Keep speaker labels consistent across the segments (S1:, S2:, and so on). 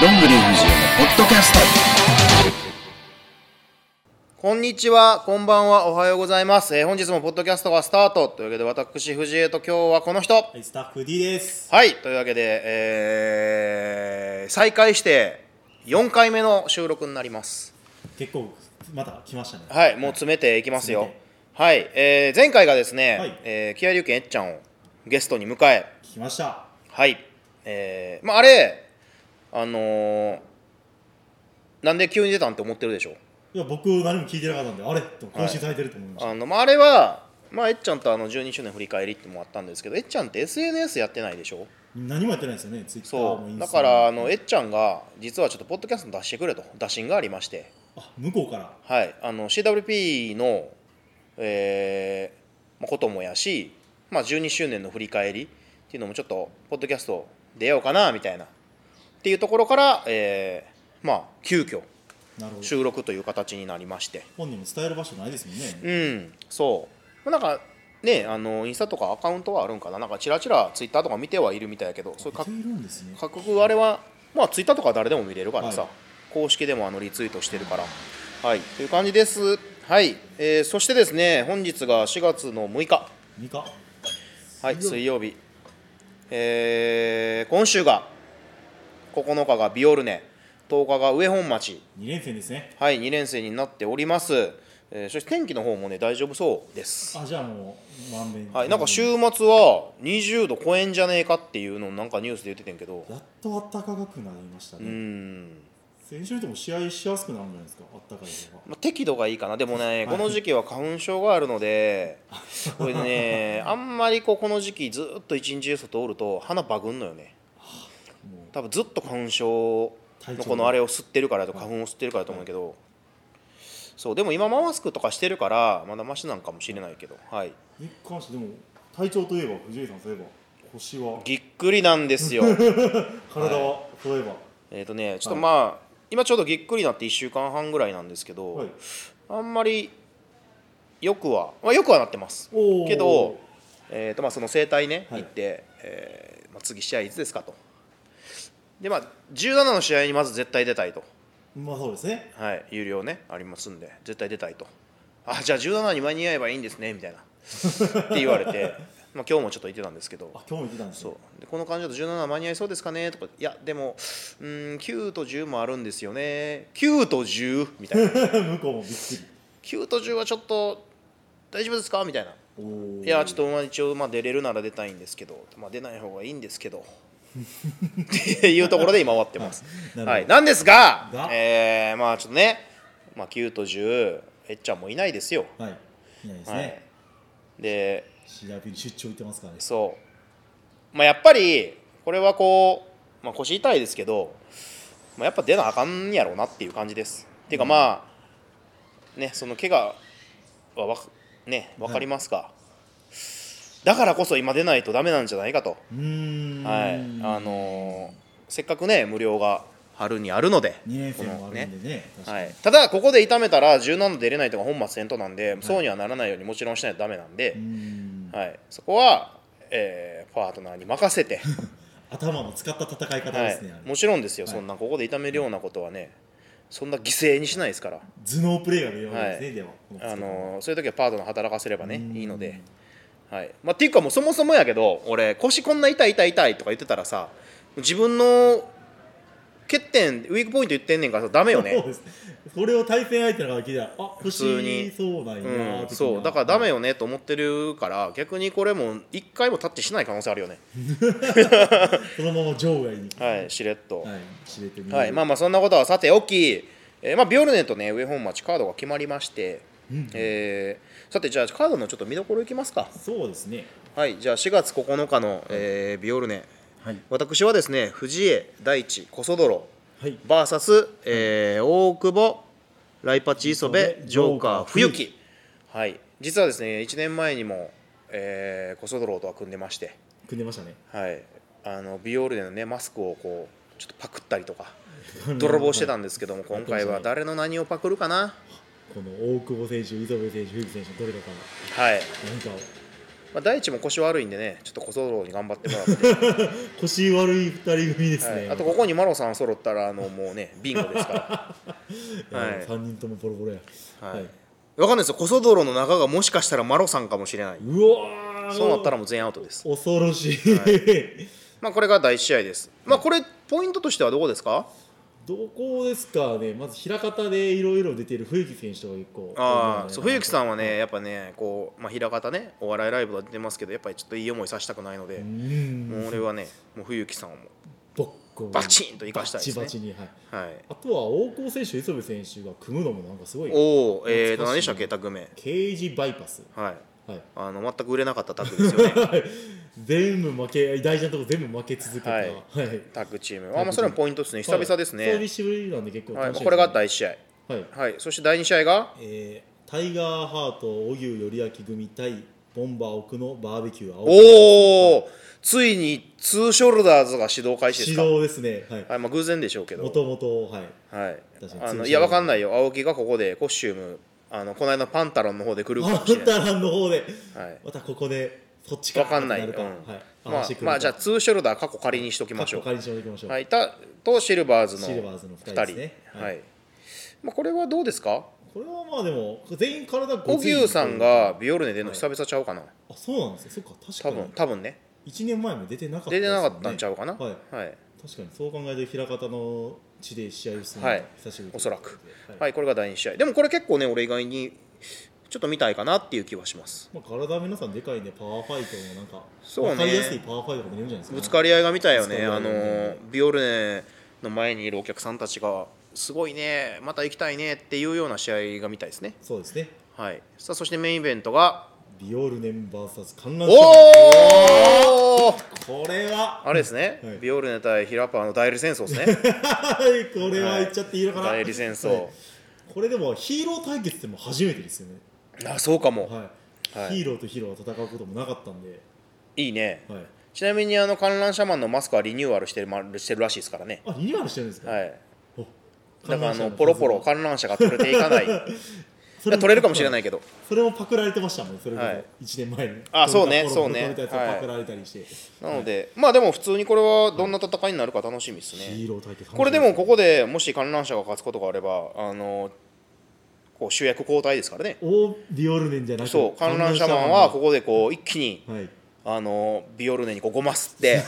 S1: どんぐり藤枝のポッドキャスト
S2: こんにちは、こんばんは、おはようございます。えー本日もポッドキャストがスタートというわけで、私、藤江と今日はこの人。
S3: はい、スタッフ D です。
S2: はい、というわけで、えー再開して4回目の収録になります。
S3: 結構、また来ましたね。
S2: はい、もう詰めていきますよ
S3: 詰めて。
S2: はい、えー前回がですね、
S3: はい
S2: えー、木有健えっちゃんをゲストに迎え、
S3: 来ました。
S2: はい、えーまあ、あれ、あのーなんで急に出たんって思ってるでしょ
S3: いや、僕、何も聞いてなかったんで、あれと更新されてると思いました。
S2: あのまあ、あれは、まあ、えっちゃんとあの12周年振り返りってのもあったんですけどえっちゃんって SNS やってないでしょ
S3: 何もやってないですよね、ツイッター
S2: そ
S3: もイン
S2: うだ
S3: スタも
S2: からあのえっちゃんが実はちょっとポッドキャスト出してくれと打診がありまして、
S3: あ、向こうから。
S2: はい、あの CWP の、えーまあこともやし、まあ、12周年の振り返りっていうのもちょっとポッドキャスト出ようかなみたいなっていうところから、えーまあ、急遽
S3: なるほど。
S2: 収録という形になりまして。
S3: 本人も伝える場所ないですもんね。
S2: うんそうまあなんかねあのインスタとかアカウントはあるんかななんかちらちらツイッターとか見てはいるみたいやけどそういう
S3: 似
S2: 各
S3: ているんですね。
S2: 各国あれはまあツイッターとかは誰でも見れるからさ、
S3: はい
S2: 公式でもあのリツイートしてるからはいという感じですはい、えーそしてですね本日が4月の6日
S3: ミカ。
S2: はい
S3: 水
S2: 水曜日えー今週が9日がビオルネ10日が上本町
S3: 2連戦ですね。
S2: はい2連戦になっております、えーそして天気の方もね大丈夫そうです
S3: あ、じゃあもう、まんべん。
S2: はい、なんか週末は20度超えんじゃねえかっていうのをなんかニュースで言っててんけど
S3: やっと暖かくなりました
S2: うー
S3: ね。
S2: ん、
S3: 先週とも試合しやすくなるんじゃないですか、暖かい方が。
S2: まあ、適度がいいかなでもね、
S3: い
S2: この時期は花粉症があるのでこれ ねあんまりこうこの時期ずっと一日外おると鼻バグんのよね
S3: もう
S2: 多分ずっと花粉症のこのあれを吸ってるからやと花粉を吸ってるからやと思うけど、そうでも今マスクとかしてるからまだマシなんかもしれないけどはい
S3: に関して、でも、体調といえば、藤井さんといえば、腰は、
S2: ぎっくりなんです よ
S3: 体は、例えば。
S2: えっ、とねちょっとまあ、今ちょうどぎっくりなって1週間半ぐらいなんですけど、
S3: はい。
S2: あんまりよくは、まあ、よくはなってます
S3: おー
S2: けど、えーとまあ、その整体ね、
S3: はい
S2: 行って、えーまあ、次試合いつですかとでまあ17の試合にまず絶対出たいと、
S3: まあそうですね。
S2: はい、有料ねありますんで絶対出たいとあじゃあ17に間に合えばいいんですねみたいなって言われ て、まあ、今日もちょっと行ってたんですけど
S3: あ、今日も言ってたんです
S2: そ
S3: ね
S2: うでこの感じだと17間に合いそうですかねとかいやでもうーん9と10もあるんですよね9と10みたいな
S3: 向こうもびっく
S2: 9と10はちょっと大丈夫ですかみたいな
S3: り。おー
S2: いやちょっとまあ一応まあ出れるなら出たいんですけど、まあ、出ない方がいいんですけどっていうところで今終わってます
S3: なるほど
S2: はい、なんですが
S3: が
S2: えーまあちょっとね、まあ、9と10えっちゃんもいないですよ、
S3: はい。いないです
S2: は
S3: ね
S2: い。、で
S3: CRP に出張行ってますからね。
S2: そう、まあ、やっぱりこれはこう、まあ、腰痛いですけど、まあ、やっぱ出なあかんやろうなっていう感じです。っていうかまあねその怪我はわかね分かりますか、だからこそ今出ないとダメなんじゃないかと、
S3: うーん。
S2: はいあのーせっかくね無料が春にあるので
S3: 二年生もあ
S2: この
S3: る
S2: ね
S3: んでね。確かに
S2: はい、ただここで痛めたら柔軟度出れないとか本末転倒なんで、そうにはならないようにもちろんしないとダメなんで
S3: うー、ん。
S2: はい、そこは、えーパートナーに任せ て、
S3: 頭の使った戦い方
S2: は
S3: で
S2: い
S3: すね。あれ
S2: もちろんですよ、
S3: はい
S2: そんなここで痛めるようなことはねそんな犠牲にしないですから、
S3: 頭脳プレーが見れるわけです
S2: は
S3: ね。では。こ
S2: あ
S3: 使い方
S2: のーそういう時はパートナー働かせればね
S3: うん
S2: いいので、はいまあ、っていうかもうそもそもやけど俺腰こんな痛い痛い痛いとか言ってたらさ自分の欠点ウィークポイント言ってんねんからさダメよね
S3: そうです。これを対戦相手の方が聞いたら、あ、普
S2: 通に
S3: そうなんやー
S2: う
S3: 的
S2: ん、
S3: な
S2: そうだからダメよねと思ってるから逆にこれも一回もタッチしない可能性あるよね
S3: そのまま場外に。
S2: はいしれっと、
S3: はい。知れてみる。
S2: はい、まあまあそんなことはさておき、えーまあ、ビオルネとね上本町カードが決まりまして、
S3: うん
S2: えーさてじゃあカードのちょっと見どころいきますか
S3: そうですね。
S2: はいじゃあ4月9日の、えービオルネ
S3: はい。
S2: 私はですね藤江大地小そどろ
S3: はい。
S2: VS、えー大久保ライパチ磯部ジョーカー冬
S3: 冬
S2: 木はい実はですね1年前にも、えー、コソドロとは組んでまして
S3: 組んでましたね。
S2: はいあのビオルネのねマスクをこうちょっとパクったりとか泥棒してたんです けども今回は誰の何をパクるかな
S3: この大久保選手、磯部選手、藤木選手、どれだか、
S2: はい
S3: なんか、
S2: まあ、大地も腰悪いんでね、ちょっと小僧に頑張ってもらって、
S3: 腰悪い二人組です
S2: は
S3: ね、
S2: い、あとここにマロさん揃ったら、あのもうね、ビンゴですから、
S3: や
S2: はい
S3: 3人ともボロボロや
S2: はいわかんないですよ、小僧の中がもしかしたらマロさんかもしれない、
S3: うわー
S2: そうなったらもう全員アウトです、
S3: 恐ろしい、
S2: まあ、これが第1試合です、まあ、これ、ポイントとしてはどこですか
S3: どこですかねまず平方でいろいろ出てる冬木選手とか結構
S2: ああそう冬木
S3: ん
S2: さんはね、やっぱね、こう、まあ、平方ね、お笑いライブは出てますけど、やっぱりちょっといい思いさせたくないので
S3: う、ん
S2: もう俺はね、もう冬木さんをも
S3: ボッコ
S2: うバチンと生かしたいですね
S3: バ。チバチにはい
S2: はい、
S3: あとは大久保選手磯部選手が組むのもなんかすごい
S2: おお、えー、
S3: 懐かしい
S2: 何でしたっけ、タッグ名。
S3: ケージバイパス
S2: はい、
S3: はい
S2: あの全く売れなかったタッグですよね、
S3: 全部負け大事なとこ全部負け続けた
S2: は
S3: はいい、
S2: タッグチーム。あまあ、それもポイントですね、久々です
S3: はい久
S2: ね。
S3: しぶりなんで結構
S2: はい、
S3: 楽し
S2: まあ
S3: い
S2: これが
S3: た
S2: 第1試合。
S3: はい
S2: はい、そして第2試合が、
S3: えータイガーハート荻生頼明組対ボンバー奥のバーベキュー青木
S2: おお、ついにツーショルダーズが指導開始です
S3: 指
S2: か。
S3: 導ですねはい
S2: はいまあ、偶然でしょうけど
S3: も、ともとはい
S2: はい
S3: 確かに
S2: あ
S3: ツーショルダ
S2: の
S3: ー
S2: いや、わかんないよ、青木がここでコスチューム、あのこの間、パンタロンの方で来るか
S3: ア
S2: もしれ
S3: ン
S2: ない。
S3: タランの方で
S2: はい
S3: またここでそっちか
S2: わかんない、
S3: っ
S2: う
S3: て
S2: ん
S3: るかはい
S2: まあ
S3: 話してくる
S2: まあ、じゃあ、ツーショルダー、過去仮にしとき
S3: か
S2: ましょう。
S3: 仮にしておきましょう、
S2: はい、たとシルバーズの
S3: シルバーズの
S2: 2人
S3: 二人ですね
S2: は
S3: はい
S2: まあ、これはどうですか
S3: これはまあでも全員体ごつい
S2: 荻生さんがビオルネ出るの久々ちゃうかな、
S3: あそうなんですよそっか確
S2: 多
S3: か
S2: 分
S3: に
S2: 多分ね
S3: 1年前も出てなかった
S2: 出
S3: です
S2: て
S3: も
S2: なんか
S3: ね
S2: ったんちゃうかな
S3: はい
S2: はい、
S3: 確かにそう考えると平方の地で試合をするの
S2: はい
S3: が久しぶり
S2: おそらく
S3: はい
S2: はい、これが第2試合でもこれ結構ね俺以外にちょっと見たいかなっていう気はします
S3: まあ、体は皆さんでかいんでパワーファイトもなんか
S2: そうね
S3: 分かりやすいパワーファイトとかも出るんじゃないですか、
S2: ぶつかり合いが見たいよ
S3: ぶつ
S2: ね
S3: かり合
S2: あ
S3: いが見た
S2: の
S3: い
S2: ビオルネの前にいるお客さんたちがすごいねまた行きたいねっていうような試合が見たいですね
S3: そうですね
S2: はいさあそしてメインイベントが
S3: ビオルネン VS 観覧
S2: お
S3: 車
S2: おー
S3: これは
S2: あれですね、
S3: はい
S2: ビオルネ対ヒラパーの代理戦争ですね
S3: これ は言っちゃっていいのかな、
S2: 代理戦争、
S3: はいこれでもヒーロー対決っても初めてですよね、
S2: あそうかも、
S3: はい
S2: はい
S3: ヒーローとヒーローが戦うこともなかったんで、
S2: い、いね
S3: はい、
S2: ちなみにあの観覧車マンのマスクはリニューアルしてるましてるらしいですからね
S3: あリニューアルしてるんですか、
S2: はい
S3: お
S2: だからあのポロポロ
S3: 観
S2: 観覧車が取れていかない い
S3: 覧車の数
S2: や
S3: が
S2: 取れるかもしれないいけど
S3: それもパクられてましたもんそれこ
S2: はい
S3: そ1年前に
S2: あそうね
S3: ポロポロ
S2: そうね
S3: 取れたやつを
S2: はい
S3: パクられたりして、
S2: なので、まあでも普通にこれはどんな戦いになるか楽しみですね、
S3: ヒーロー対決
S2: これでもここでもし観覧車が勝つことがあればあのこう主役交代ですからね
S3: オーディオルネンじゃなくて
S2: そう観覧車マンはここでこう一気に
S3: はい
S2: あのビオルネにこうごますって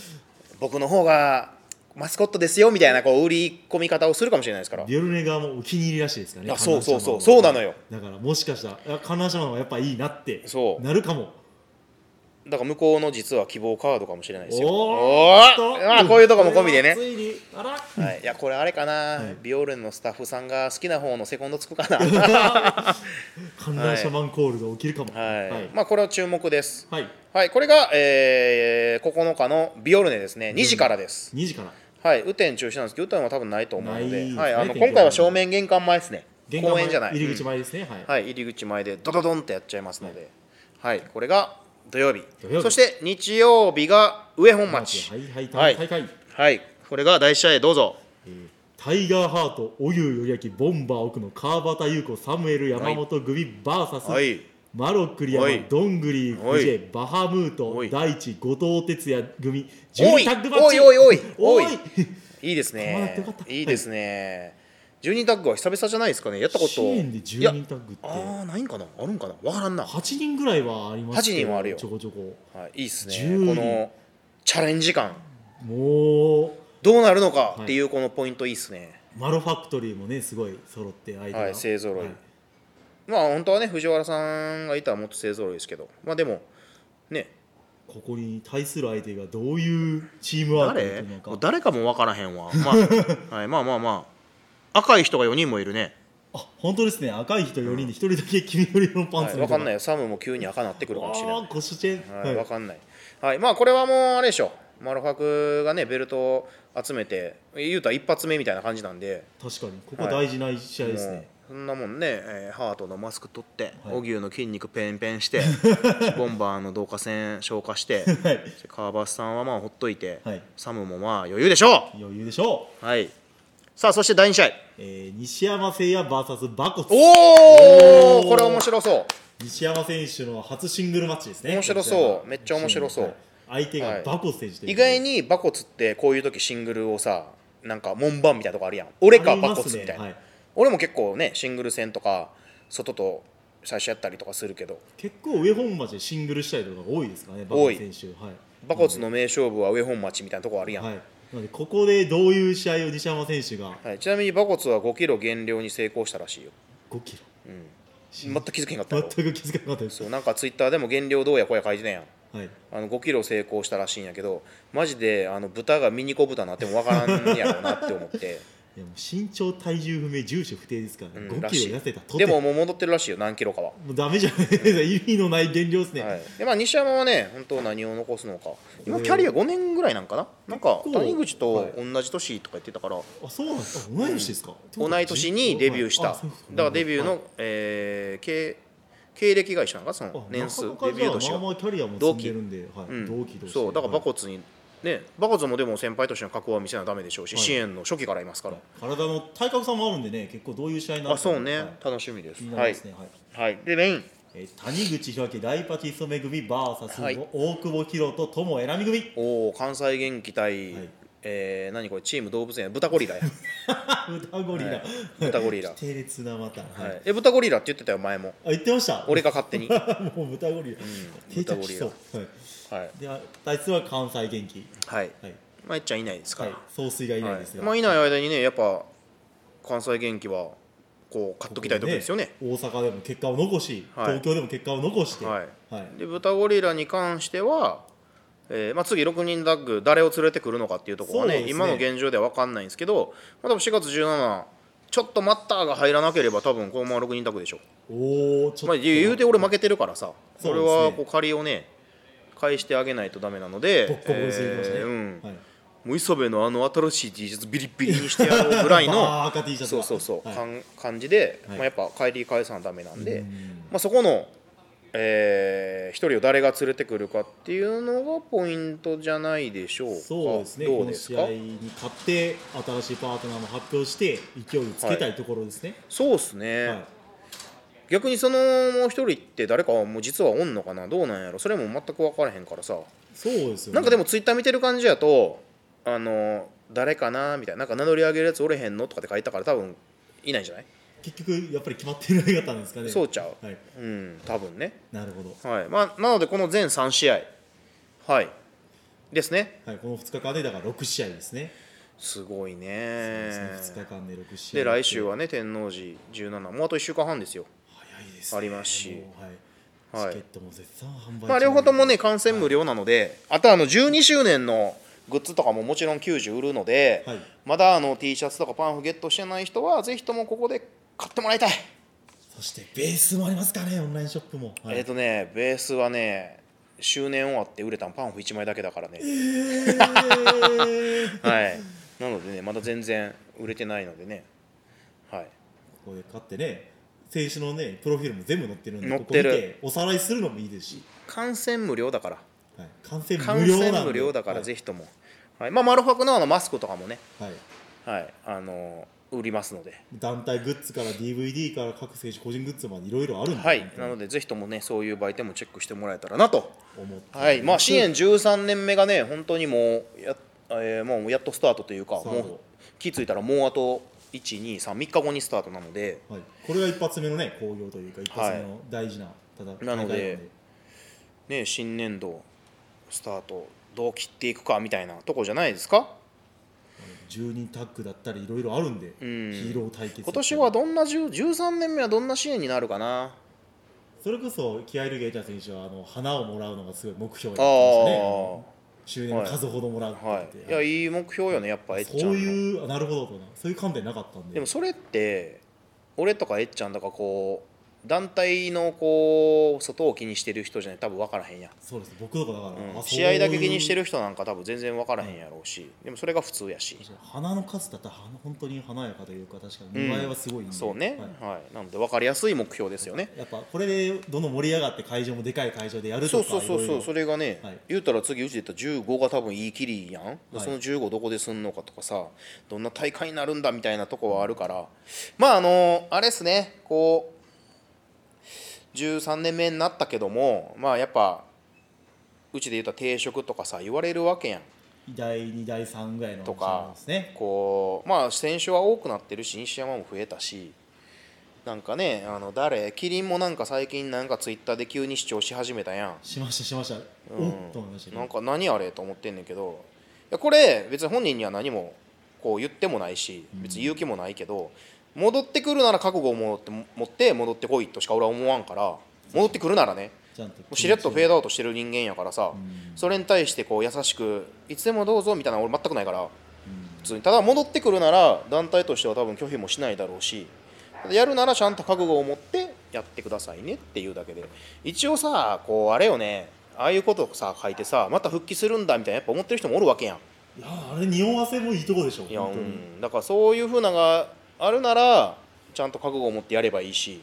S2: 僕の方がマスコットですよみたいなこう売り込み方をするかもしれないですから
S3: ディオルネ側もお気に入りらしいですからね
S2: あそうそうそう
S3: 観
S2: そ
S3: 覧車マンは
S2: うなのよ
S3: だからもしかしたらあ観覧車マンはやっぱいいなって
S2: そう
S3: なるかも
S2: だから向こうの実は希望カードかもしれないですよ
S3: お
S2: ーまあこういうとこも込みでね
S3: これはついにあら
S2: はい、いやこれあれかな、
S3: い
S2: ビオルネのスタッフさんが好きな方のセコンドつく かな、
S3: 観覧車マンコールが起きるかも
S2: はい
S3: はい
S2: まあこれは注目です
S3: はい
S2: はいこれが、えー9日のビオルネですね2時からです、
S3: 2時から
S2: はい雨天中止なんですけど雨天は多分ないと思うの
S3: ない
S2: で
S3: ですね
S2: はい、あの
S3: 天気は
S2: 今回は正面玄関前ですね
S3: 玄関
S2: 公
S3: 前
S2: 園じゃない
S3: 入り口
S2: うん
S3: 前ですねはい
S2: はい、入り口前でドドドンってやっちゃいますので、はい、これが土曜日
S3: 土曜日
S2: そして日曜日が上本町
S3: はいはい
S2: はい
S3: 大会
S2: はい、これが第1試合どうぞ
S3: えータイガーハート、荻生より明、ボンバー奥の川端優子、サムエル、山本組、バーサス、
S2: はい
S3: マロックリ
S2: は
S3: 山
S2: い、
S3: どんぐり、
S2: はい
S3: 藤江、バハムー
S2: お
S3: ト
S2: い、
S3: 大地、後藤哲也組、
S2: お
S3: 12
S2: い
S3: タッグマッ
S2: お
S3: チ。
S2: いおいおいお
S3: お
S2: い
S3: い
S2: いいです
S3: 構わ
S2: ね
S3: なくてよかった
S2: いいですね、12タッグは久々じゃないですかねやったこと
S3: 支援で
S2: いや
S3: 12タッグって、
S2: ああないんかなあるんかなわからんな、は
S3: 8人ぐらいはあります
S2: 8人はあるよ
S3: ちょこちょこ。
S2: い、いいですね
S3: 12
S2: このチャレンジ感
S3: も
S2: どうなるのかっていうこのポイントいいですね、
S3: う、マロファクトリーもね、すごい揃って、相手が。
S2: はい勢揃い
S3: は
S2: まあ本当はね藤原さんがいたらもっと勢ぞろいですけどまあでもね
S3: ここに対する相手がどういうチームワークを
S2: 誰
S3: するの
S2: もう
S3: か。
S2: 誰かも分からへん わ、まあはい、まあまあまあ赤い人が4人もいるね、
S3: あ、本当ですね。赤い人4人で1人だけ黄緑色のパン
S2: はい、
S3: ツ
S2: 分かんない
S3: い。
S2: よサムも急に赤なってくるかもしれ
S3: あ
S2: な
S3: あ、腰チェーン。
S2: い、はい、分かんない、はい、まあこれはもうあれでしょマロファクがねベルトを集めて言うたら一発目みたいな感じなんで
S3: 確かにここ大事な試合ですね、
S2: もうそんなもんね、えーハートのマスク取って
S3: はい
S2: 荻生、の筋肉ペンペンして ボンバーの導火線消化して
S3: はい
S2: 川端さんはまあほっといて、
S3: はい
S2: サムもまあ余裕でしょ
S3: 余裕でしょう、
S2: うはいさあそして第2試合
S3: えー、西山誠也 VS 馬骨
S2: おお
S3: おー
S2: これ面白そう
S3: 西山選手の初シングルマッチですね
S2: 面白そうめっちゃ面白そう
S3: 相手がバコス選手という
S2: 意外にバコツってこういう時シングルをさなんか門番みたいなとこあるやん俺か
S3: あり
S2: バ
S3: ま
S2: コ
S3: す
S2: ツ
S3: ね
S2: みたいな、
S3: はい
S2: 俺も結構ねシングル戦とか外と最初やったりとかするけど
S3: 結構上本町でシングルしたりとかが多いですかねバ
S2: 多
S3: コ
S2: い
S3: ス選手はい
S2: バコツの名勝負は上本町みたいなとこあるやん、
S3: はいなのでここでどういう試合を西山選手が
S2: はいちなみにバコツは5キロ減量に成功したらしいよ
S3: 5キロ
S2: 全く気づけへんかった
S3: 全
S2: よ
S3: く気づかなかったです
S2: そうなんかツイッターでも減量どうやこうや書いてたやん
S3: はい
S2: あの5キロ成功したらしいんやけどマジであの豚がミニコ豚になってもわからんやろうなって思って
S3: いやもう身長体重不明住所不定ですから
S2: う
S3: ね、
S2: ん
S3: 5
S2: ら
S3: キ
S2: し
S3: ロ痩せたと
S2: い
S3: て
S2: でももう戻ってるらしいよ何キロかは
S3: もうダメじゃないですか意味のない減量ですね、
S2: はい、でまあ西山はね本当何を残すのか今キャリア5年ぐらいなんかななんか
S3: 結構
S2: 谷口と同じ年とか言ってたから、
S3: あそうなんですか同い年ですか、
S2: 同い年にデビューした、
S3: あそうそ
S2: だ
S3: う
S2: からデビューの、
S3: はい
S2: えー経経歴が一緒なんかそ
S3: あ
S2: の年数
S3: なか
S2: デ
S3: なか
S2: ビュー年
S3: じゃあまあ
S2: が、
S3: まあキャリアも積んでるんで同期,、は
S2: う
S3: い、
S2: ん
S3: 同期同士
S2: そうだから馬
S3: はい
S2: 骨にね馬骨もでも先輩としての覚悟は見せなダメでしょうし、
S3: はい
S2: 支援の初期からいますから、
S3: 体の体格差もあるんでね結構どういう試合になる
S2: あそうね、
S3: はい
S2: 楽しみです
S3: 気にな
S2: は
S3: り
S2: い
S3: ます、ねはい
S2: はい、でメイン
S3: えー谷口弘明大パティソメ組 VS、
S2: はい
S3: 大久保博と友選み組
S2: おお関西元気対、
S3: はい
S2: えー何これチーム動物園豚ゴリラや
S3: 豚ゴリラ、
S2: はい豚ゴリ ラ
S3: 低烈なまた、 はい
S2: はい、え豚ゴリラって言ってたよ前も
S3: あ言ってました
S2: 俺が勝手に、は
S3: もう豚ゴリラ、定着しそう、はい、
S2: い
S3: であ対するは関西元気
S2: はい、
S3: はい、
S2: まあ、いっちゃんいないですか
S3: は
S2: ら、
S3: い、総帥がいないですが、
S2: まあ、いない間にねやっぱ関西元気はこう買っときたいところですよね
S3: 大阪でも結果を残し、
S2: はい
S3: 東京でも結果を残して、
S2: はい
S3: はい
S2: で豚ゴリラに関しては、えーまあ、次6人ダッグ誰を連れてくるのかっていうところは
S3: そう
S2: ね
S3: ですね
S2: 今の現状では分かんないんですけど、まあ、多分4月17ちょっと待ったが入らなければ多分このまま6人ダッグでしょ
S3: おおちょっと、
S2: まあ、言うて俺負けてるからさ、
S3: そう
S2: こ
S3: で
S2: れ
S3: すね
S2: はこう借りをね返してあげないとダメなので
S3: ボッコボコにするかもしれない
S2: えーうん
S3: はい
S2: もう磯部のあの新しい T シャツビリビリにしてやろうぐらい
S3: バー
S2: の
S3: 赤 T シャツ
S2: そう
S3: が
S2: そうそう、
S3: はい
S2: かん感じで、
S3: はい
S2: まあ、やっぱ帰り返さなダメなんで、
S3: うん
S2: まあ、そこの、えー、一人を誰が連れてくるかっていうのがポイントじゃないでしょうか
S3: そうですね
S2: どう
S3: この
S2: です
S3: 試
S2: か
S3: 合に勝って新しいパートナーも発表して勢いをつけたいところですね、
S2: そうですね、
S3: はい
S2: 逆にそのもう一人って誰かはもう実はおんのかなどうなんやろそれも全く分からへんからさ
S3: そうですよ、ね、
S2: なんかでもツイッター見てる感じやとあの誰かなみたいななんか名乗り上げるやつおれへんのとかって書いたから多分いないんじゃない
S3: 結局やっぱり決まってない方なんですかね
S2: そうちゃう、
S3: はい
S2: うん多分ね
S3: なるほど、
S2: はいまあなのでこの全3試合はいですね
S3: はい、この2日間でだから6試合ですね、
S2: すごい
S3: そ
S2: ね
S3: 2日間で6試合
S2: で来週はね天王寺17もうあと1週間半ですよ
S3: 早いですね
S2: ありますし
S3: もうはい
S2: はい
S3: チケットも絶賛販売中
S2: まあ両方ともね観戦無料なので、あとあの12周年のグッズとかももちろん90売るので、
S3: はい
S2: まだあの T シャツとかパンフゲットしてない人はぜひともここで買ってもらいたい
S3: そしてベースもありますからねオンラインショップも、はい
S2: えっ、とねベースはね周年終わって売れたんパンフ1枚だけだからね、
S3: えー
S2: はいなのでねまだ全然売れてないのでねはい
S3: ここで買ってね選手のねプロフィールも全部載ってるんで
S2: 載ってる
S3: ここ見ておさらいするのもいいですし、
S2: 観戦無料だから
S3: はい、観戦無料
S2: 観
S3: なんで
S2: 戦無料だからぜひとも、はいまあマルファクのあのマスクとかもね
S3: はい、はい
S2: はいあの売りますので
S3: 団体グッズから DVD から各選手個人グッズまでいろいろあるんで、
S2: はい
S3: 本、当
S2: な
S3: に
S2: のでぜひともねそういう売店もチェックしてもらえたらなと、
S3: 思って
S2: はいまあ、支援13年目がね本当にもうや,、えーもうやっとスタートというか
S3: スタ
S2: も
S3: ート
S2: う気付いたらもうあと1233日後にスタートなので
S3: はい、これが一発目のね興行というか一発目の大事な戦い
S2: なのでね、新年度スタートどう切っていくかみたいなとこじゃないですか
S3: 10人タッグだったりいろいろあるんで、
S2: ん
S3: ヒーロー対決だったり
S2: 今年はどんな10 13年目はどんな支援になるかな
S3: それこそ気合い入れゲータ選手はあの花をもらうのがすごい目標
S2: あ
S3: になってましたね
S2: あ
S3: 周年の数ほどもらうって言っ
S2: はい
S3: て、
S2: いやいい目標よねやっぱえっちゃ
S3: そ
S2: ん
S3: う
S2: の
S3: いうあなるほどとなそういう観点なかったんで
S2: でもそれって俺とかえっちゃんとかこう団体のこう外を気にしてる人じゃない多分分からへんやん、
S3: そうです僕とかだから、
S2: うん
S3: あ
S2: 試合だけ気にして
S3: る
S2: る人なんか多分全然分からへんやろうしでもそれが普通やし
S3: 花の数だったら花本当に華やかというか確かに見栄えはすごいんで、
S2: そうね
S3: はい
S2: はいなので分かりやすい目標ですよね
S3: やっぱこれでどんどん盛り上がって会場もでかい会場でやる
S2: そ
S3: と
S2: う
S3: か
S2: そうそうそ
S3: いろいうろ
S2: それがね、
S3: はい
S2: 言うたら次うちで言ったら15が多分いいきりやん、で
S3: はい
S2: その15どこですんのかとかさどんな大会になるんだみたいなとこはあるからまああのあれっすねこう13年目になったけどもまあやっぱうちで言った定職とかさ言われるわけやん
S3: 第2第3ぐらいの
S2: とか
S3: ですね
S2: こうまあ選手は多くなってるし西山も増えたしなんかねあの誰キリンもなんか最近なんかツイッターで急に主張し始めたやん
S3: しましたしました、
S2: う
S3: おっと思いましたけ
S2: なん
S3: ど
S2: か何あれと思ってんねんけどいやこれ別に本人には何もこう言ってもないし別に言う気もないけど、戻ってくるなら覚悟を持って持って戻ってこいとしか俺は思わんから戻ってくるならね
S3: ちゃんと
S2: もうしれっとフェードアウトしてる人間やからさ、
S3: ん
S2: それに対してこう優しくいつでもどうぞみたいなの俺全くないから、普通にただ戻ってくるなら団体としては多分拒否もしないだろうしやるならちゃんと覚悟を持ってやってくださいねっていうだけで一応さこうあれよねああいうことをさ書いてさまた復帰するんだみたいなやっぱ思ってる人もおるわけやん
S3: いやあれ匂わせもいいとこでしょ
S2: いや、う
S3: 本当に
S2: ん、だからそういうふうなのがあるならちゃんと覚悟を持ってやればいいし、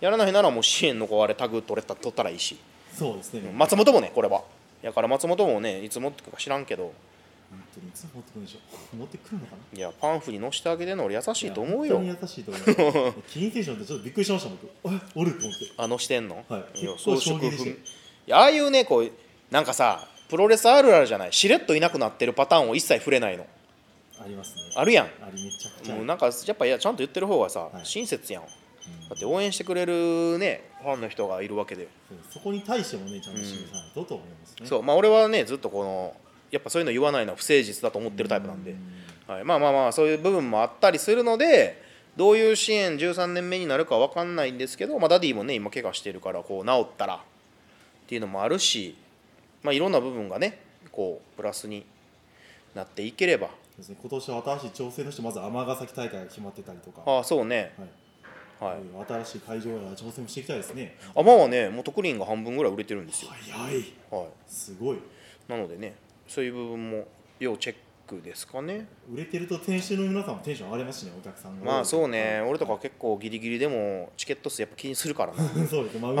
S2: やらないならもう支援の子あれタグ取れた取ったらいいし
S3: そうですね、本
S2: 松本もねこれはだから松本もねいつ持ってくか知らんけど
S3: 当にいつ持ってくるんでしょう持ってくるのかない
S2: やパンフに乗せてあげてんの俺優しいと思う
S3: いや
S2: よ
S3: 本当に優しいと思うキリン選手なんてちょっとびっくりしました僕あおると思って
S2: あのしてんの、
S3: はい
S2: いや
S3: 結構
S2: 装飾
S3: 衝撃でした
S2: いやああいうねこうなんかさプロレスあるあるじゃないしれっといなくなってるパターンを一切触れないの
S3: ありますね
S2: あるやん
S3: あれめちゃくちゃ
S2: も
S3: あ
S2: う
S3: る
S2: なんかやっぱいやちゃんと言ってる方がさ、
S3: はい
S2: 親切やんだって応援してくれるねファンの人がいるわけで、
S3: そこに対してもねちゃんと示さないとと思いますね、
S2: そうまあ俺はねずっとこのやっぱそういうの言わないのは不誠実だと思ってるタイプなんで、はい、まあまあまあそういう部分もあったりするのでどういう支援13年目になるか分かんないんですけど、まあ、ダディもね今怪我してるからこう治ったらっていうのもあるし、まあ、いろんな部分がねこうプラスになっていければ
S3: ですね今年は新しい調整としてまず尼崎大会が決まってたりとか、は
S2: ああそうね
S3: い
S2: はい
S3: 新しい会場やら調整もしていきたいですね
S2: アマはねもう特輪が半分ぐらい売れてるんですよ、
S3: 早い
S2: は
S3: すごい
S2: い、なのでねそういう部分も要チェックですかね
S3: 売れてると店主の皆さんもテンション上がりますしねお客さんが
S2: まあそうね
S3: はい
S2: 俺とか結構ギリギリでもチケット数やっぱ気にするからな
S3: そうですねまあ運営側として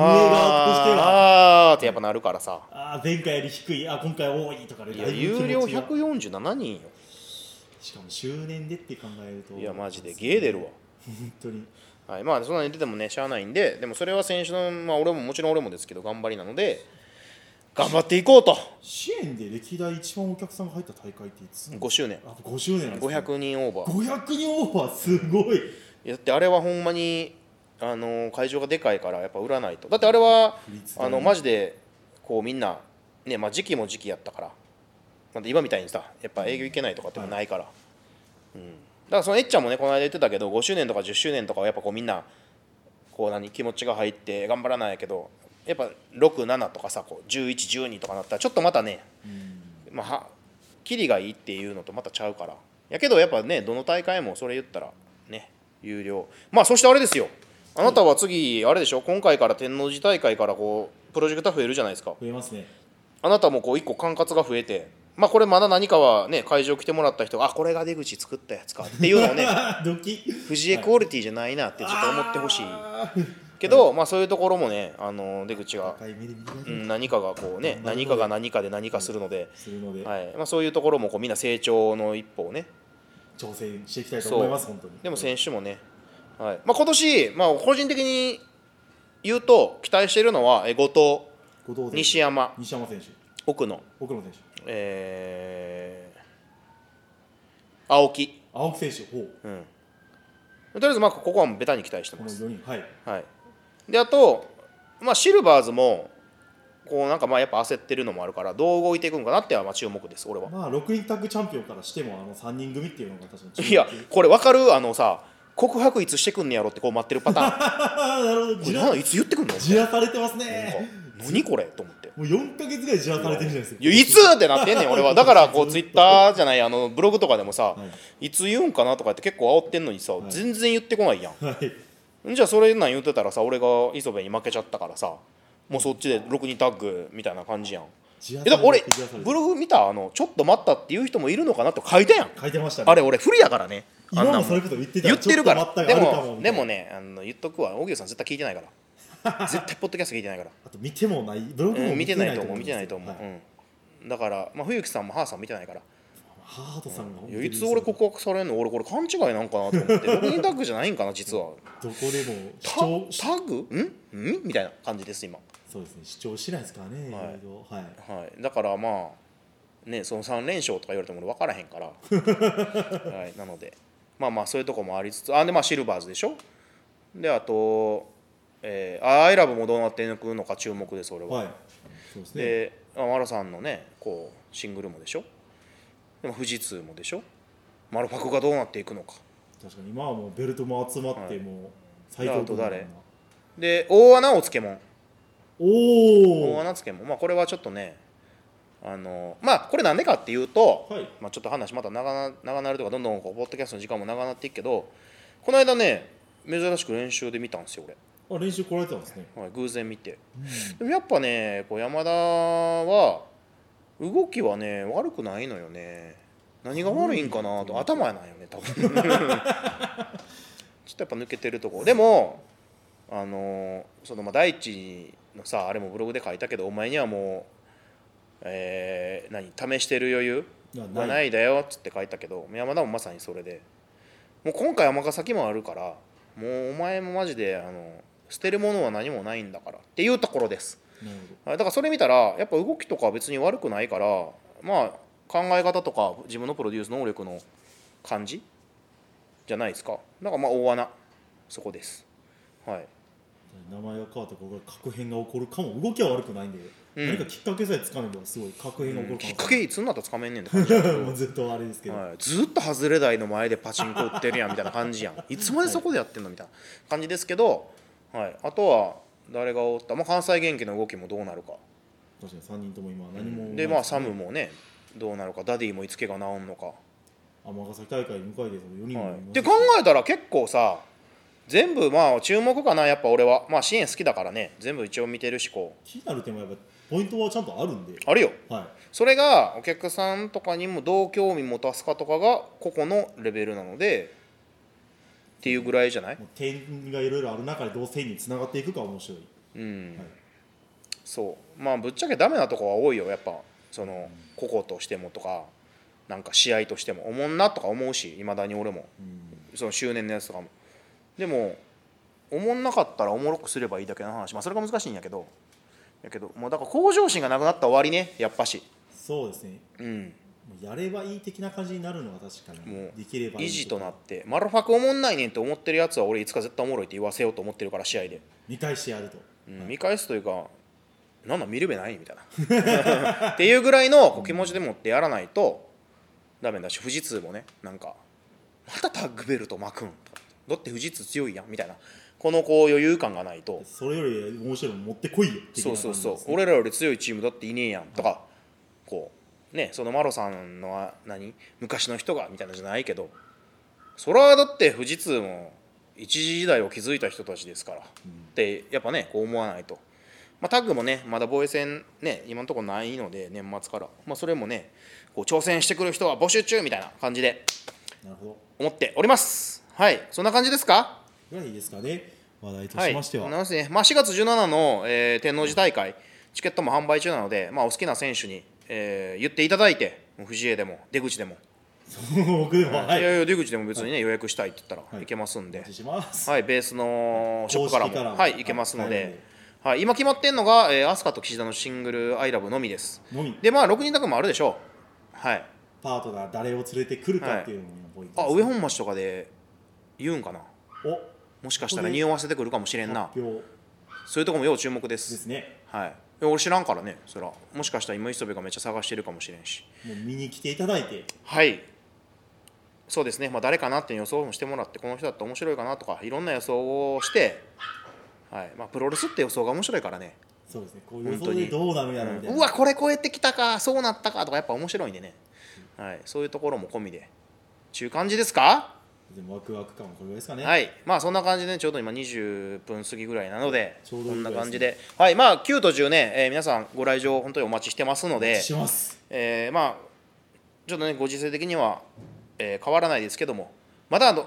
S2: あ
S3: は
S2: ーあーってやっぱなるからさ
S3: ああー前回より低いあ今回多いとかで
S2: いや
S3: だぶ気持ちが
S2: 有料147人よ
S3: しかも周年でって考えると
S2: いやマジでゲー出るわ
S3: 本当に
S2: はいまあそんなに出てもねしゃあないんででもそれは選手のまあ俺ももちろん俺もですけど頑張りなので頑張っていこうと
S3: 支援で歴代一番お客さんが入った大会っていつ
S2: 5周年
S3: あと5周年なんですね
S2: 500人オーバーい
S3: 500人オーバーすごい
S2: やだってあれはほんまにあのー会場がでかいからやっぱ売らないとだってあれは
S3: 率だ
S2: あ
S3: ね
S2: のマジでこうみんなねまあ時期も時期やったからまあ今みたいにさやっぱ営業行けないとかってもないから、うん、だからそのえっちゃんもねこの間言ってたけど5周年とか10周年とかはやっぱこうみんなこう何気持ちが入って頑張らないけどやっぱ67とかさこう1112とかなったらちょっとまたね、まあはキリがいいっていうのとまたちゃうからやけどやっぱねどの大会もそれ言ったらね有料まあそしてあれですよあなたは次あれでしょ今回から天王寺大会からこうプロジェクター増えるじゃないですか
S3: 増えますね
S2: あなたもこう一個管轄が増えてまあこれまだ何かはね会場来てもらった人があこれが出口作ったやつかっていうのをね
S3: ドキ
S2: 藤江クオリティじゃないなってちょっと思ってほしいけど、まあそういうところもねあの出口が、
S3: 赤い目で見られ
S2: う
S3: る
S2: ん、何かがこうね何かが何かで何かするので、
S3: するので、
S2: はいまあ、そういうところもこうみんな成長の一歩をね
S3: 挑戦していきたいと思います本当に
S2: でも選手もね、はいまあ、今年、まあ、個人的に言うと期待しているのはえ後
S3: 後藤選
S2: 藤
S3: 手
S2: 西山
S3: 西山選手
S2: 奥野、
S3: 奥野選手
S2: えー青木、
S3: 青木選手ほう
S2: うん、とりあえずまあここはもうベタに期待して
S3: こ
S2: ま
S3: の
S2: す、
S3: 4人はい
S2: はい、であと、まあ、シルバーズもこうなんかまあやっぱ焦ってるのもあるからどう動いていくのかなってはまあ注目です俺は。
S3: まあ6人タッグチャンピオンからしてもあの3人組っていうのが私の注目
S2: いやこれ分かるあのさ告白いつしてくんねやろってこう待ってる パターン
S3: ああなるほど
S2: こ
S3: じ
S2: れ
S3: ら
S2: なんいつ言ってくんの
S3: じらされてます
S2: なんか
S3: ね
S2: 何これと思って
S3: もう4か月ぐらいじらされてるじゃないですか
S2: いやいつってなってんねん俺 はだからこうツイッターじゃないあのブログとかでもさ、い、つ言うんかなとかって結構煽ってんのにさ、全然言ってこないやん
S3: はい
S2: じゃあそれなん言ってたらさ俺が磯部に負けちゃったからさもうそっちで6人タッグみたいな感じやん
S3: じら
S2: え
S3: さ
S2: だ
S3: れ
S2: から俺
S3: てじらされて
S2: ブログ見たあのちょっと待ったっていう人もいるのかなと書いたやん
S3: 書いてましたね
S2: あれ俺不利やからねあん
S3: 今
S2: なん
S3: もそういうこと言ってた
S2: 言ってるから
S3: ちょっと待
S2: で
S3: ったがあるかも
S2: も
S3: みた
S2: で
S3: いな
S2: もねあの言っとくわ荻野さん絶対聞いてないから 絶対ポッドキャスト聞いてないから
S3: あと見てもないブログ
S2: う
S3: も
S2: ん見てないと思う見て
S3: ま
S2: な
S3: す
S2: いと思う、
S3: はい
S2: うんだから、まあ、冬木さんもハーさんも見てないから
S3: ハハートさんが本
S2: い
S3: 当
S2: や
S3: に
S2: いつ俺告白されんの俺これ勘違いなんかなと思ってロビンタッグじゃないんかな実 は
S3: どこでも
S2: タ
S3: 主張
S2: タッグんんみたいな感じです今、
S3: そうですね主張しないですからね、
S2: はい
S3: いろいろはい
S2: はい、だからまあねその3連勝とか言われても俺分からへん からはいなのでまあまあそういうとこもありつつあでまあシルバーズでしょであと、えー、アイラブもどうなっていくのか注目です俺は、
S3: はいそうですね
S2: で、まあ、マラさんのねこうシングルもでしょでも富士通もでしょマルパクがどうなっていくのか
S3: 確かに今はもうベルトも集まって、
S2: はい
S3: もう最強
S2: であと誰で大穴お漬物
S3: お
S2: 大
S3: お
S2: 穴漬物まあこれはちょっとねあのまあこれなんでかっていうと、
S3: はい
S2: まあ、ちょっと話また長な長なるとかどんどんこうポッドキャストの時間も長なっていくけどこの間ね珍しく練習で見たんですよ
S3: あ練習来られてたんですね、
S2: 俺、はい、偶然見て
S3: うん
S2: でもやっぱねこう山田は動きはね悪くないのよね何が悪いんかなと頭やなんよね多 分ちょっとやっぱ抜けてるとこでもあのそのまあ第一のさあれもブログで書いたけどお前にはもう、えー何試してる余裕
S3: いや
S2: が
S3: な
S2: ないいだよっつって書いたけど山田もまさにそれでもう今回尼崎もあるからもうお前もマジであの捨てるものは何もないんだからっていうところです
S3: なる
S2: はいだからそれ見たらやっぱ動きとか別に悪くないからまあ考え方とか自分のプロデュース能力の感じじゃないですかだからまあ大穴そこですはい
S3: ほど名前が変わってここから確変が起こるかも動きは悪くないんで、
S2: うん
S3: 何かきっかけさえつかめばすごい確変が起こるかもしれ
S2: き
S3: ない、
S2: っかけいつになったらつかめんねんって感じだけど
S3: もうずっとあれですけど、
S2: はい、ずっと外れ台の前でパチンコ売ってるやんみたいな感じやんいつまでそこでやってんのみたいな感じですけど、はい、あとは誰がおった、まあ、関西元気の動きもどうなるか
S3: 確かに3人とも今何も、
S2: でまあサムもねどうなるかダディもいつけが治んのか
S3: 尼崎大会に向かいで4人もい
S2: は
S3: ます
S2: い、で
S3: し
S2: 考えたら結構さ全部まあ注目かなやっぱ俺はまあ支援好きだからね全部一応見てるしこ
S3: 気になる点はやっぱポイントはちゃんとあるんで、
S2: うあるよ
S3: はい、
S2: それがお客さんとかにもどう興味持たすかとかが個々のレベルなのでっていうぐらいじゃない
S3: もう点がいろいろある中でどう点につながっていくかは面白い、
S2: うん
S3: はい、
S2: そうまあぶっちゃけダメなとこは多いよやっぱその個々としてもとかなんか試合としてもおもんなとか思うしいまだに俺も
S3: うん
S2: その周年のやつとかもでもおもんなかったらおもろくすればいいだけの話まあそれが難しいんやけどやけどもうだから向上心がなくなったら終わりねやっぱし
S3: そうですね
S2: うん
S3: もうやればいい的な感じになるのは確か
S2: も
S3: に
S2: う
S3: できればいい
S2: 維持となってマルファクおもんないねんって思ってるやつは俺いつか絶対おもろいって言わせようと思ってるから試合で、
S3: 見返してやると、
S2: うん見返すというかなんなん見る目ないみたいなっていうぐらいのこう気持ちでもってやらないとダメだし富士通もねなんかまたタッグベルト巻くんだって富士通強いやんみたいなこのこう余裕感がないと
S3: それより面白いの持ってこいよ的
S2: そう
S3: な感じ
S2: そうそう
S3: ですね
S2: 俺らより強いチームだっていねえやんとか、こうねそのマロさんのは何昔の人がみたいなのじゃないけどそれはだって富士通も一時時代を築いた人たちですから、ってやっぱねこう思わないと、まあ、タッグもねまだ防衛戦ね今のところないので年末から、まあ、それもねこう挑戦してくる人は募集中みたいな感じで
S3: なるほど
S2: 思っておりますはいそんな感じですか
S3: ぐらいですかね話題としましては、
S2: い、なんですね、まあ、4月17の、えー天王寺大会、チケットも販売中なので、まあ、お好きな選手に、えー言っていただいて、もう藤江でも出口でも、、
S3: 僕でもはいい、
S2: やいや、出口でも別にね、予約したいって言ったら、
S3: はい
S2: い、けますんで、
S3: お
S2: は
S3: 待
S2: い
S3: ちします、
S2: ベースのショップからも
S3: 公式からも
S2: はい、いけますの
S3: はい
S2: で、はい今決まってんのが、えー、飛鳥と岸田のシングル「アイラブのみです。
S3: のみ
S2: で、まあ、6人タッグもあるでしょう。はい、
S3: パートナー誰を連れてくるかっていうのもポイント
S2: あ
S3: です
S2: 上本町とかで言うんかな、もしかしたら
S3: ここで
S2: 匂わせてくるかもしれん
S3: お
S2: な、
S3: 発表
S2: そういうとこも要注目で。
S3: ですすね
S2: はい、いや俺知らんからねそらもしかしたら今磯部がめっちゃ探してるかもしれんし
S3: もう見に来ていただいて
S2: はいそうですね、まあ、誰かなっていう予想もしてもらってこの人だったら面白いかなとかいろんな予想をして、はいまあ、プロレスって予想が面白いからね、
S3: そうですねこういう予
S2: 本
S3: 想
S2: 当
S3: で
S2: に
S3: どうなるやろみたいな
S2: うわこれ超えてきたかそうなったかとかやっぱ面白いんでね、はい、そういうところも込みでちゅう感じですか
S3: でもワクワク感はこれぐらいですかね、
S2: はいまあそんな感じでねちょうど今20分過ぎぐらいなので
S3: ちょうど
S2: こ
S3: いい
S2: ん
S3: ぐら
S2: ない感
S3: ですね
S2: じではいまあ9と10ね、えー皆さんご来場本当にお待ちしてますので
S3: します
S2: えーまあちょっとねご時世的には、えー変わらないですけどもまだあの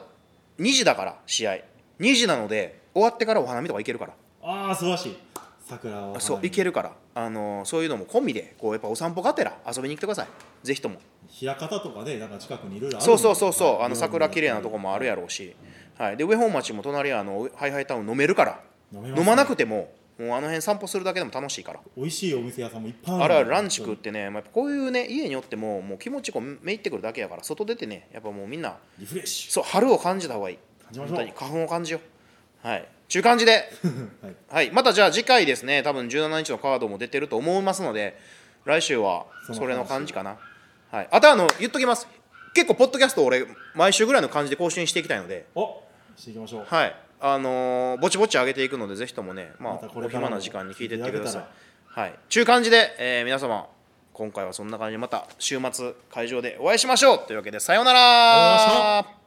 S2: 2時だから試合2時なので終わってからお花見とか行けるから
S3: ああ素晴らしい桜を
S2: そう行けるから、あのーそういうのも込みでこうやっぱお散歩がてら遊びに来てくださいぜひとも
S4: 枚方とかねなんか近くにいろいろある
S2: そ
S4: もん
S2: う
S4: ね
S2: そうそうそうあ
S4: は
S2: の
S4: い
S2: 桜綺麗なとこもあるやろうし、はい、で上本町も隣はあのハイハイタウン飲めるから
S4: 飲
S2: 飲
S4: め
S2: ま,、
S4: ますね
S2: なくてももうあの辺散歩するだけでも楽しいから、
S4: 美味しいお店屋さんもいっぱい
S2: あ
S4: る
S2: るあるランチ食ってね、まあ、やっぱこういうね家におってももう気持ちこうめいってくるだけやから外出てねやっぱもうみんな
S4: リフレッシ
S2: そう春を感じた方がいい
S4: 感じましょう
S2: 本当に花粉を感じようはい中感じで
S4: ュ はい
S2: はい、またじゃあ次回ですね、多分17日のカードも出てると思いますので、来週はそれの感じかな。はい、あとあの、言っときます、結構、ポッドキャスト、俺、毎週ぐらいの感じで更新していきたいので、
S4: おしていきましょう
S2: はいあのーぼちぼち上げていくので、ぜひともね、ま
S4: また
S2: あ、
S4: これ
S2: お
S4: からも
S2: 暇な時間に聞いていってくださ
S4: 聞いていただ
S2: い
S4: け。
S2: はい、ちゅう感じで、えー皆様、今回はそんな感じで、また週末、会場でお会いしましょうというわけで、さようなら。
S4: ありがとうございました